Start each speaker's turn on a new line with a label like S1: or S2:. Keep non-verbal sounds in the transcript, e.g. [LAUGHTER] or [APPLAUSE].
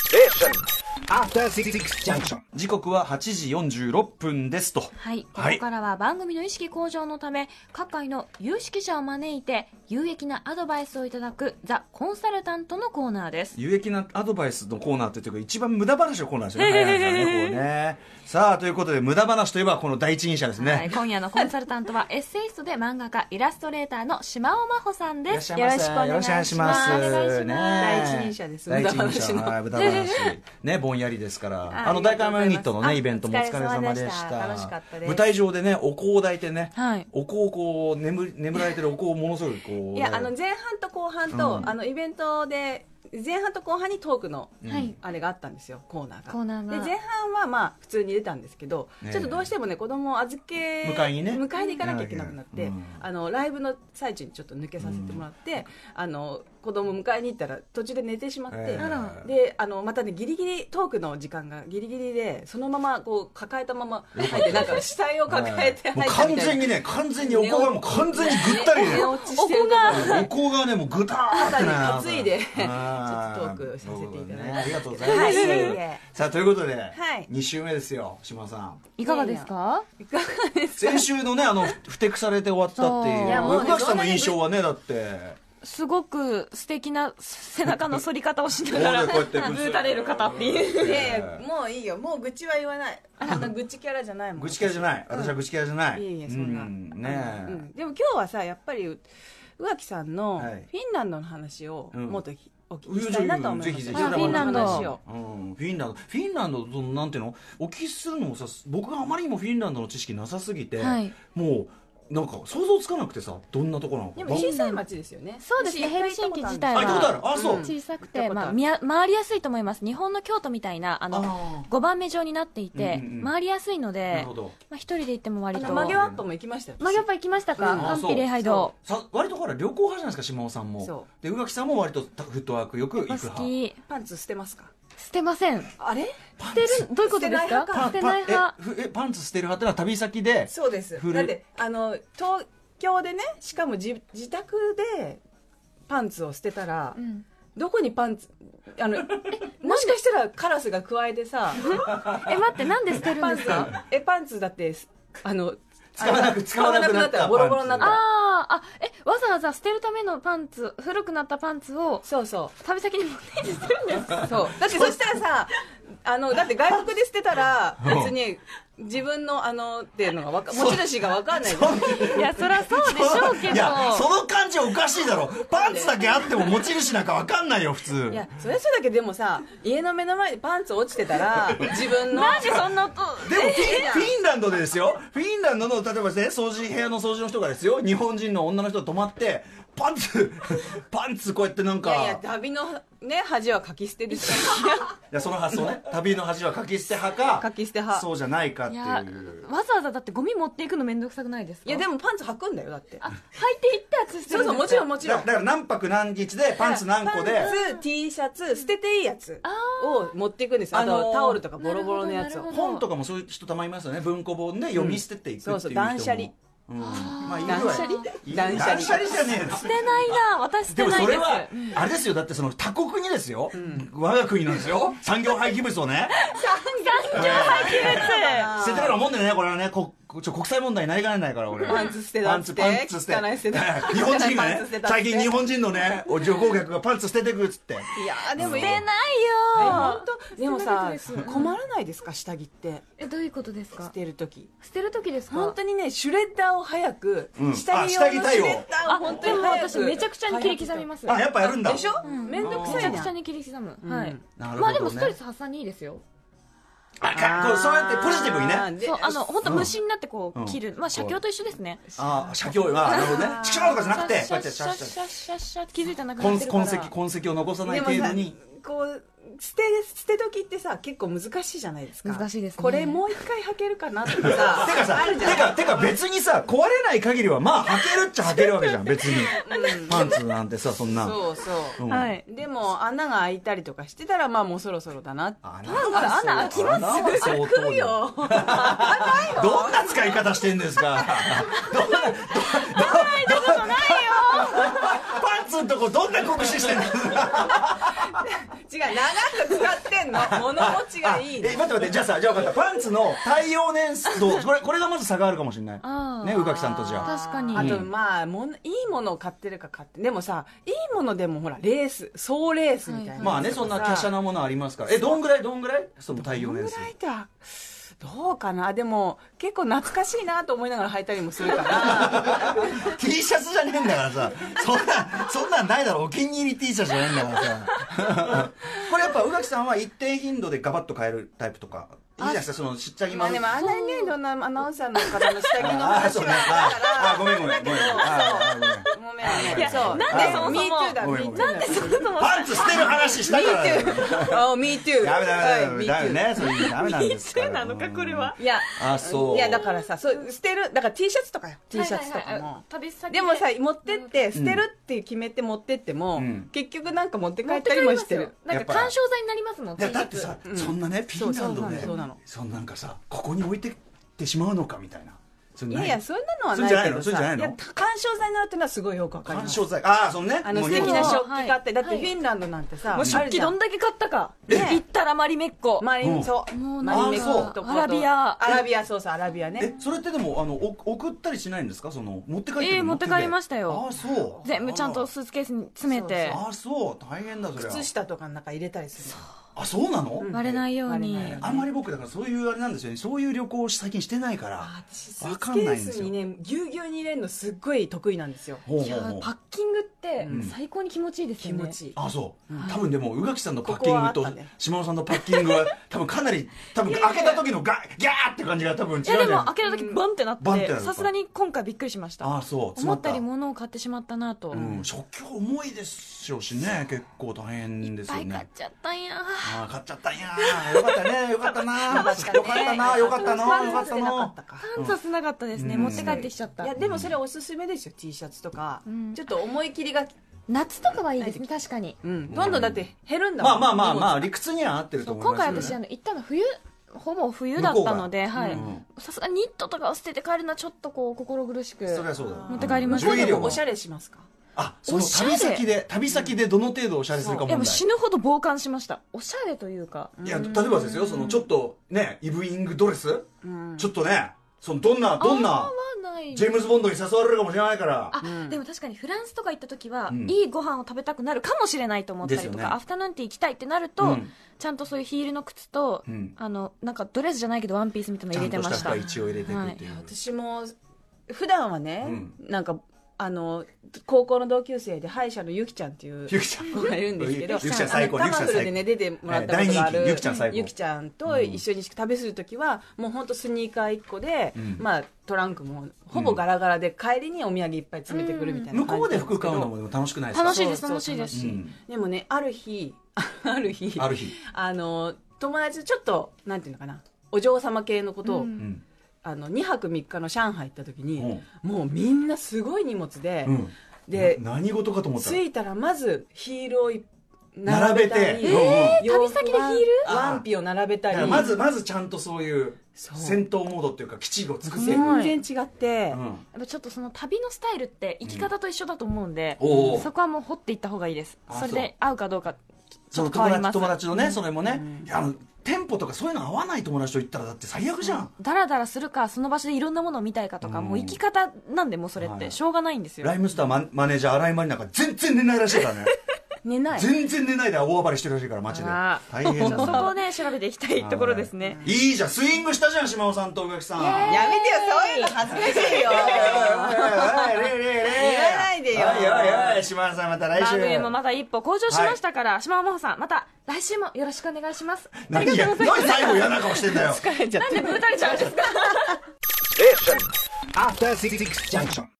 S1: Station.
S2: After Six Junction.
S3: 時刻は8時46分ですと。
S4: はい、こ
S3: はい
S4: こからは番組の意識向上のため、各界の有識者を招いて、有益なアドバイスをいただく、ザ・コンサルタントのコーナーです。
S3: 有益なアドバイスのコーナーっていうか、一番無駄話のコーナーです
S5: [LAUGHS]
S3: よね。早い話だねこうねさあ、ということで、無駄話といえばこの第一人者ですね。
S4: はい、今夜のコンサルタントは、 [LAUGHS] エッセイストで漫画家、イラストレーターの島尾真帆さん
S3: いら
S4: で
S3: っし
S4: す。
S3: ゃいませ。
S4: よろしくお願いします。
S3: よろしくお願いし
S4: お
S3: ま
S4: 願いしま
S5: 第一人
S3: ね
S4: すす
S5: 者です
S3: 第一
S5: 無
S3: 人
S5: 駄話
S3: 者
S5: の
S3: はい、無駄話。
S5: [LAUGHS]
S3: ね、ぼんやりですから。
S5: あ
S3: あの、
S5: ありがとうございます
S3: 大会前ユニットの
S5: あ
S3: ね、イベントもお疲れ様でし。
S5: お疲れ様でしたた楽しかったです
S3: 舞台上でね、お香を抱いてね、
S4: はい
S3: お香をこう、眠り、眠られてるお香をものすごくこう。
S5: いやあの前半と後半と、
S3: うん
S5: あのイベントで前半と後半にトークの
S3: うん
S4: はい
S5: あれがあったんですよコーナーが
S4: コーナーが
S5: で前半はまあ普通に出たんですけど、
S3: ねえ
S5: ちょっとどうしてもね子供を預け
S3: 迎えにね
S5: 迎えに行かなきゃいけなくなって、
S3: うん
S5: あのライブの最中にちょっと抜けさせてもらって、あの子供迎えに行ったら途中で寝てしまって、
S3: ええ
S4: あら
S5: であのまたねギリギリトークの時間がギリギリでそのままこう抱えたまま入ってなんか死体を抱えて
S3: も
S5: 入
S3: う
S5: ったみ
S3: 完
S5: たい
S3: 全
S5: な。
S3: にね、完全にお香がもう完全にぐったりで。
S5: 寝落ちしてる
S3: [LAUGHS]
S5: から
S3: お香がね、もうぐたーってな。
S5: 肩に担いで
S3: あ
S5: ちょっとトークさせていただいて
S3: なるほどねありがとうございま
S5: はいいえいえ
S3: す。さあ、ということで
S5: はい、
S3: 2週目ですよ、島さん。
S4: いかがですか
S5: いかがですか
S3: 先週のね、あの、ふふてくされて終わったってい
S4: そう
S3: う。
S4: い
S5: やもうね
S3: 僕さんの印象はね、だって。
S4: すごく素敵な背中の反り方をしながら、 [LAUGHS]
S3: こうねこうやって
S4: ぶたれる方っていう。
S5: いやいやもういいよもう愚痴は言わないあんな愚痴キャラじゃないもん
S3: 愚痴キャラじゃない私は愚痴キャラじゃない、
S5: いえいえそんな、
S3: うん
S5: う
S3: ね
S5: んでも今日はさやっぱりう宇垣さんのフ
S3: は
S5: ィ
S3: い
S5: ンランドの話を
S3: うん
S5: もっとひお聞
S3: え
S5: きしたいなと思います、
S4: ひあフィンランド
S5: の話を
S3: うんフィンランドフィンランドとなんていうのお聞きするのもさ僕があまりにもフィンランドの知識なさすぎて、
S4: はい
S3: もうなんか想像つかなくてさどんなとこなのか
S5: でも小さい町ですよね
S4: そうですね、
S5: 私一
S4: ヘル
S5: 回
S4: シンキ自
S5: 行
S4: 体
S3: あ行ったことあ
S4: は
S3: るあそう、
S5: うん
S4: 小さく、
S5: 行ってたことあ
S4: まあ、
S5: る
S4: 見や回りやすいと思います。日本の京都みたいな、あの、
S3: あ
S4: 5番目状になっていて、
S3: うんうんうん
S4: 回りやすいの
S3: ーなる
S4: で
S3: ほ、ど
S4: まあ、一人で行っても割と
S5: ったことあるマギワッパも行きましたよ
S4: マギョッパ行きましたか、
S5: うん
S4: カンピ礼拝堂
S3: さ割とほら旅行派じゃないですか島尾さんも
S5: そ
S3: で宇垣さんも割とフットワークよく行く派
S4: 好き
S5: パンツ捨てますか
S4: 捨てません
S5: あれ
S4: 捨てるどういうことですか
S3: パ
S4: 捨
S3: ン
S4: てない派
S3: パンえふえパンツ捨てる派ってのは旅先で
S5: そうです
S3: 古い
S5: だってあの東京でねしかも自自宅でパンツを捨てたら、
S4: うん
S5: どこにパンツあのもしかしたらカラスがくわえてさ
S4: え待ってなんで捨てる
S5: パ
S4: ん
S5: ン
S4: で
S5: ツ
S4: すか
S5: えパンツだってあの
S3: 使わなく使わなくなっ
S5: 使
S3: た
S5: わらボロボロになったら
S4: あーあえわざわざ捨てるためのパンツ古くなったパンツを
S5: そうそ
S4: 旅先に持って行って捨てるんですか
S5: うそうだってそしたらさあのだって外国で捨てたら
S3: うん
S5: 別に自分のあのっていうのがわか持ち主がわかんないじゃん
S4: いやそりゃそうでしょうけど
S3: いやその感じおかしいだろパンツだけあっても持ち主なんか分かんないよ普通
S5: いやそれそうだけどでもさ家の目の前にパンツ落ちてたら自分の
S4: なんでそんな音
S3: でもフィンフィンランドでですよフィンランドの例えばね掃除部屋の掃除の人がですよ日本人の女の人が泊まってパンツ [LAUGHS] パンツこうやってなん
S5: い
S3: か
S5: やいや旅のね恥はかき捨てです
S3: いやその発想
S5: [LAUGHS]
S3: ね旅の恥はかき捨て派か
S5: かき捨て派
S3: そうじゃないかっ
S4: い
S3: てい
S4: や
S3: う
S4: わざわざだってゴミ持っていくのめんどくさくないですか
S5: いやで
S4: も
S5: もパンツ履くんだよだって
S4: 履いていったやつ捨て
S5: そう
S4: る
S5: そう
S4: で
S5: も
S4: す
S5: ち
S4: よ
S5: ろんもち
S3: だ
S5: ろん
S3: だから何泊何日でパンツ何個で
S5: パンツ T シャツ捨てていいやつを持っていくんですよあ
S3: あのー
S5: とタオルとかボロボロのやつ
S4: なるほ
S5: を
S4: ど
S3: 本とかもそういう人たまにいますよね文庫本で読み捨てていくっていう人も、
S5: うんそうそう断捨離
S3: うんまあいるわ
S5: 断捨離
S3: いる
S5: 断捨
S3: 断
S5: 離
S3: 捨離じゃねえです
S4: 捨てないな私捨
S3: で
S4: て
S3: も
S4: ない
S3: そ
S4: で
S3: れ
S4: す
S3: は、あれですよだってその他国にですよ、我が国なんですよ産業廃棄物をね
S4: 産業廃棄
S3: 捨
S4: 物
S3: ててからもんでねこれはねこちょ国際問題になりかねないから俺
S5: パンツ捨て
S3: パ
S5: だ
S3: ン
S5: っ
S3: ツ
S5: て
S3: パンツ捨て
S5: 汚い捨てだ
S3: [LAUGHS] 日
S5: 汚
S3: 本人が
S5: いパン
S3: ね
S5: ツ捨てだって
S3: 最近日本人のねお旅行客がパンツ捨ててくるっつって
S5: いやーでもいい
S4: 捨てない
S5: え
S4: よ
S5: 本当でもさ
S4: 捨てなかったです
S5: 困らないですか下着って
S4: えどういうことですか
S5: 捨てる時
S4: 捨てる時ですか
S5: 本当にねシュレッダーを早く
S3: うん
S5: 下着
S3: あ下
S5: 用
S3: 着
S5: の
S3: 対
S5: シ
S3: 応
S5: ュレッダーを
S4: あ
S5: 本当
S4: で
S5: に
S4: も
S5: 早く
S4: 私めちゃくちゃに切り刻みます
S3: あやっぱやるんだ
S5: でしょ
S4: うん
S5: めんどくさ
S4: めちゃ
S5: い
S4: く
S5: な
S4: ちゃに切り刻む、
S5: うん
S4: はい
S3: なるほどね
S4: まあでもストレス発散にいいですよ
S3: あかこうそうやってポジティブにね
S5: あーで
S4: そうあの本当無心になってこう、
S3: うん
S4: 切るまあ写経と一緒ですね、
S3: あ写経はなるほどねちくしょうとかじゃなくてこう
S4: シャ
S3: やっ
S4: ッ
S3: て
S4: シ
S3: シ
S4: ャ
S3: ャ
S4: ッ
S3: ッ
S4: シ
S3: シ
S4: ャ
S3: ャ
S4: ッ
S3: ッ
S4: シャッシャッシャッって気づいたらなく
S3: 痕
S4: なってるから
S3: 痕跡痕跡を残さな
S5: で
S3: い
S5: も
S3: 程度
S5: さ
S3: に
S5: こう捨て捨て時ってさ結構難しいじゃないですか
S4: 難しいですね
S5: これもう一回履けるかなとかさ
S3: てかさ
S5: あるじ
S3: て
S5: ゃない
S3: かてか別にさ壊れない限りはまあ履けるっちゃ履けるわけじゃん別にパンツなんてさ [LAUGHS] そんな
S5: そうそう、
S3: うん
S4: はい
S5: でも穴が開いたりとかしてたらまあもうそろそろだなって
S3: 穴
S5: パンツ穴開きます
S3: 穴は相当だ
S5: 開くよ
S3: どんな使い方してんです
S5: [LAUGHS]
S3: かどんなどんなパンツのとこどんな酷使してんですか
S5: 違う長く使ってんの物持ちがいいの
S3: え待って待ってじゃあさじゃあ分かったパンツの対応年数とこれこれがまず差があるかもしれない
S4: あー
S3: ね宇垣さんとじゃあ
S4: 確かに
S5: あとまあもんいいものを買ってるか買ってでもさいいものでもほらレース総レースみたいなやつとかさ、
S3: まあねそんな華奢なものありますからえどんぐらいどんぐらいその対応
S5: どん
S3: 年
S5: ぐ
S3: 数
S5: らいだどうかなでも結構懐かしいなと思いながら履いたりもするから [LAUGHS]
S3: T シャツじゃねえんだからさそんなそんなんないだろお気に入り T シャツじゃねえんだから
S5: [LAUGHS]
S3: さこれやっぱ宇垣さんは一定頻度でガバッと変えるタイプとかいいじゃないですかそのちっちゃい
S5: 今でもあんなにねどんなアナウンサーの方の下着 [LAUGHS] の
S3: ああ
S5: 話
S3: そう
S5: は
S3: ねああごめんごめんごめんああごめん
S5: もうね
S4: いや
S5: そう
S4: なん
S3: でそもそも
S5: Me too だ
S3: ごめんご
S5: Me
S3: め
S5: too
S3: ん
S4: なんでそもそも
S3: パンツ捨てる話したからだよ
S5: [LAUGHS] あ Me too
S3: ダメダメ
S5: は
S3: ダメダメ
S5: い Me too
S3: ねそういうのダメなんです
S5: [LAUGHS]
S3: から
S4: なのかこれはい
S5: や
S3: あそう
S5: いやだからさそう捨てるだから T シャツとかよ T シャツと
S4: は
S5: か
S4: いはいはい
S5: も
S4: あ旅先
S5: でもさ持ってって捨てるって決めて持ってっても、
S3: うん
S5: 結局なんか持って帰
S4: 持っ
S5: ってた
S4: 帰
S5: りも
S4: りま
S5: し
S4: す
S5: て
S4: よ
S5: る
S4: なんか干渉剤になりますもん
S3: いや
S4: T シ
S3: だ
S4: ャ
S3: って
S4: ツ
S3: さ、そんなねフィンランドで
S5: そうそうなの
S3: そんなんかさここに置いてってしまうのかみたいなそれ
S5: い
S3: ない
S5: やいやそんなのは
S3: それ
S5: な
S3: じゃないい
S5: け
S3: の
S5: ど
S3: そ
S5: さ
S3: れじゃない
S5: い
S3: の
S5: や鑑賞剤になるっていうのはすごいよくわかり
S3: 干
S5: ます
S3: 渉剤ああそのね
S5: あの
S3: もう
S5: 素
S3: 日本
S5: 敵な
S3: の
S5: 食器があって、だって
S4: はい
S5: フィンランドなんてさ、
S4: もう食器どんだけ買ったか行ったらマリメッコ
S5: マリ
S3: うん
S5: ンそう
S4: もう
S5: マ
S4: なん
S5: リンメ
S3: か
S5: ッコと
S4: アラビア
S5: アラビアそうそうアラビア
S3: え
S5: ね
S3: それってでもあのお送ったりしないんですかその持って帰ってくる
S4: ええ持って帰りましたよ
S3: ああそう
S4: 全部ちゃんとスーツケースに詰めて
S3: ああそう大変だそれは
S5: 靴下とかの中入れたりする
S3: あそうなの、
S4: 割れないように
S5: 割れないように
S3: あんまり僕だからそういうあれなんですよねそういう旅行を最近してないから
S5: 私ス
S3: わ
S5: ーツ
S3: か
S5: ケ
S3: んないんで
S5: ース
S3: すよ
S5: にねぎゅうぎゅうに入れるのすっごい得意なんですよ
S3: ほう
S4: い
S3: ほう
S4: や
S3: ほう
S4: パッキングって最高に気持ちいいです
S5: 気
S4: よね
S5: 持ちいい
S3: あそう、多分でも宇垣さんのパッ
S5: こ
S3: キ
S5: こはあ
S3: ング
S5: っ
S3: と
S5: たね
S3: 島尾さんのパッキングは多分かなり多分開けた時のガギャーって感じが多分違う
S4: い
S3: じゃ
S4: や
S3: な
S4: で
S3: い
S4: も開けるときバンってなっ
S3: バンってなる
S4: て
S3: のか
S4: さすがに今回びっくりしました
S3: ああそう詰ま
S4: 思ったより物を買ってしまったなと
S3: うん、食器重いですよしね結構大変ですよ
S4: 倍買っ
S3: ね
S4: ちゃったんや
S3: ああ買っちゃったんやよかった
S4: [LAUGHS]
S3: ねよかったなよかったなよかったなよかった
S5: なかっ
S3: な
S5: たか
S4: パンツはすなかったですね
S3: うん
S4: 持って帰ってきちゃっ
S5: い
S4: た
S5: やでもそれおすすめですよ T シャツとか、
S4: ん
S5: ちょっと思い切りが、
S4: 夏とかはいいですね確かに
S5: うん、どんどんだって減るんだ
S3: ま
S5: も
S3: あ
S5: ん
S3: まあまあまあ
S5: 荷
S3: 理屈には合ってると思い
S4: 今
S3: ます
S4: 回
S3: よね
S4: 私あの行ったの冬ほぼ冬だったので
S3: 向こうが
S4: はい
S3: うん
S4: さすがにニットとかを捨てて帰るのはちょっとこう心苦しく
S3: それはそうだ
S4: 持って帰りまし
S5: 物
S4: た
S5: 今
S3: 重量
S5: 度
S3: は
S5: もおしゃれしますか
S3: あその
S4: おしゃれ
S3: 旅先で旅先でどの程度おしゃれするか
S4: い
S3: 問
S4: やも
S3: 題
S4: う死ぬほど傍観しましたおしゃれというか
S3: いや例えばですよそのちょっとねイブイングドレス
S5: うん
S3: ちょっとねそのどんなどん
S4: あ
S3: な
S4: ーはない
S3: ジェームズ・ボンドに誘われるかもしれないから
S4: あ、でも確かにフランスとか行った時は、
S3: うん
S4: いいご飯を食べたくなるかもしれないと思ったり
S3: で
S4: と
S3: す
S4: か、
S3: よね
S4: アフタヌーンティー行きたいってなると、
S3: うん
S4: ちゃんとそういうヒールの靴と、
S3: うん
S4: あのなんかドレスじゃないけどワンピースみたいな
S3: ち
S4: の
S3: ゃ
S4: 入
S3: ん
S4: れて
S3: と
S4: ま
S3: し
S4: したた
S3: 服一応入れていくっていう
S5: 私も普段はね、
S3: うん
S5: なんかあの高校の同級生で歯医者のゆきちゃんっていう
S3: ゆきちゃん
S5: 子がいるんですけど
S3: ゆきちゃん最高
S5: あのタマフルで
S3: ゆきちゃん
S5: ね
S3: 最
S5: 出
S3: 高
S5: てもらったことがあ
S3: ええ大
S5: る
S3: 人気ゆきちゃん最高
S5: ゆきちゃんと一緒に食べするときは、もうほんとスニーカー1個で、
S3: ん
S5: まあ、トランクもほぼガラガラで帰りにお土産いっぱい詰めてくるみたいな感じ
S3: 向こうで服買うのもでも楽しくないですか
S4: 楽しいです
S5: そうそう
S4: 楽しいです
S3: うん
S5: でもねある日 [LAUGHS] ある日
S3: ある日
S5: あの友達とちょっとなんていうのかなお嬢様系のことを、
S4: うん
S3: うん
S5: あの2泊3日の上海行った時に、
S3: うん
S5: もうみんなすごい荷物で、
S3: うん
S5: で
S3: な何事かと思ったら
S5: 着いたらまずヒールをい
S3: 並べて
S5: たり
S3: うんうんえ
S4: ー旅先でヒール
S5: ワンワンピを並べた
S3: だか
S5: り
S3: らまずまずちゃんとそういう
S5: そう
S3: 戦闘モードっていうか基地を作っていくうん
S5: 全然違って、
S4: やっぱちょっとその旅のスタイルって生き方と一緒だと思うんで、
S3: おうおう
S4: そこはもう掘っていった方がいいです
S3: あ
S4: それで合うかどうかち
S3: そ
S4: ょ
S3: の
S4: っと変わ
S3: 友
S4: りま
S3: 達
S4: す
S3: 友達のねそれもねいやあのテンポとかそういうの合わない友達と行ったらだって最悪じゃん
S4: ダラダラするかその場所でいろんなものを見たいかとか、
S3: うん
S4: もう生き方なんでもうそれっ
S3: はい
S4: てしょうがないんですよ、
S3: ライムスターママネージャー新井真理なんか全然寝ないらしいからね
S5: 寝ない
S3: 全然寝ないで大暴れしてるらしいから街で
S4: あら
S3: 大変
S4: そ
S3: だ
S4: こをね調べていきたいところですね、
S3: いいじゃんスイングしたじゃん島尾さんと宇垣さん
S5: やめてよそういうの恥ずかしいよわ
S3: 言
S5: ないでよ
S3: おいおいおい島田さんまた来
S4: 番
S3: 週
S4: 組もまた一歩向上しましたから、島尾真帆さんまた来週もよろしくお願い
S3: [LAUGHS]
S4: しますあ
S3: 何
S4: りが
S3: や
S4: とうございま
S3: 何
S4: す
S3: 最後嫌な顔してんだよ
S5: 疲れちゃった
S4: なんでぶたれちゃうんですか
S2: After Six Junction.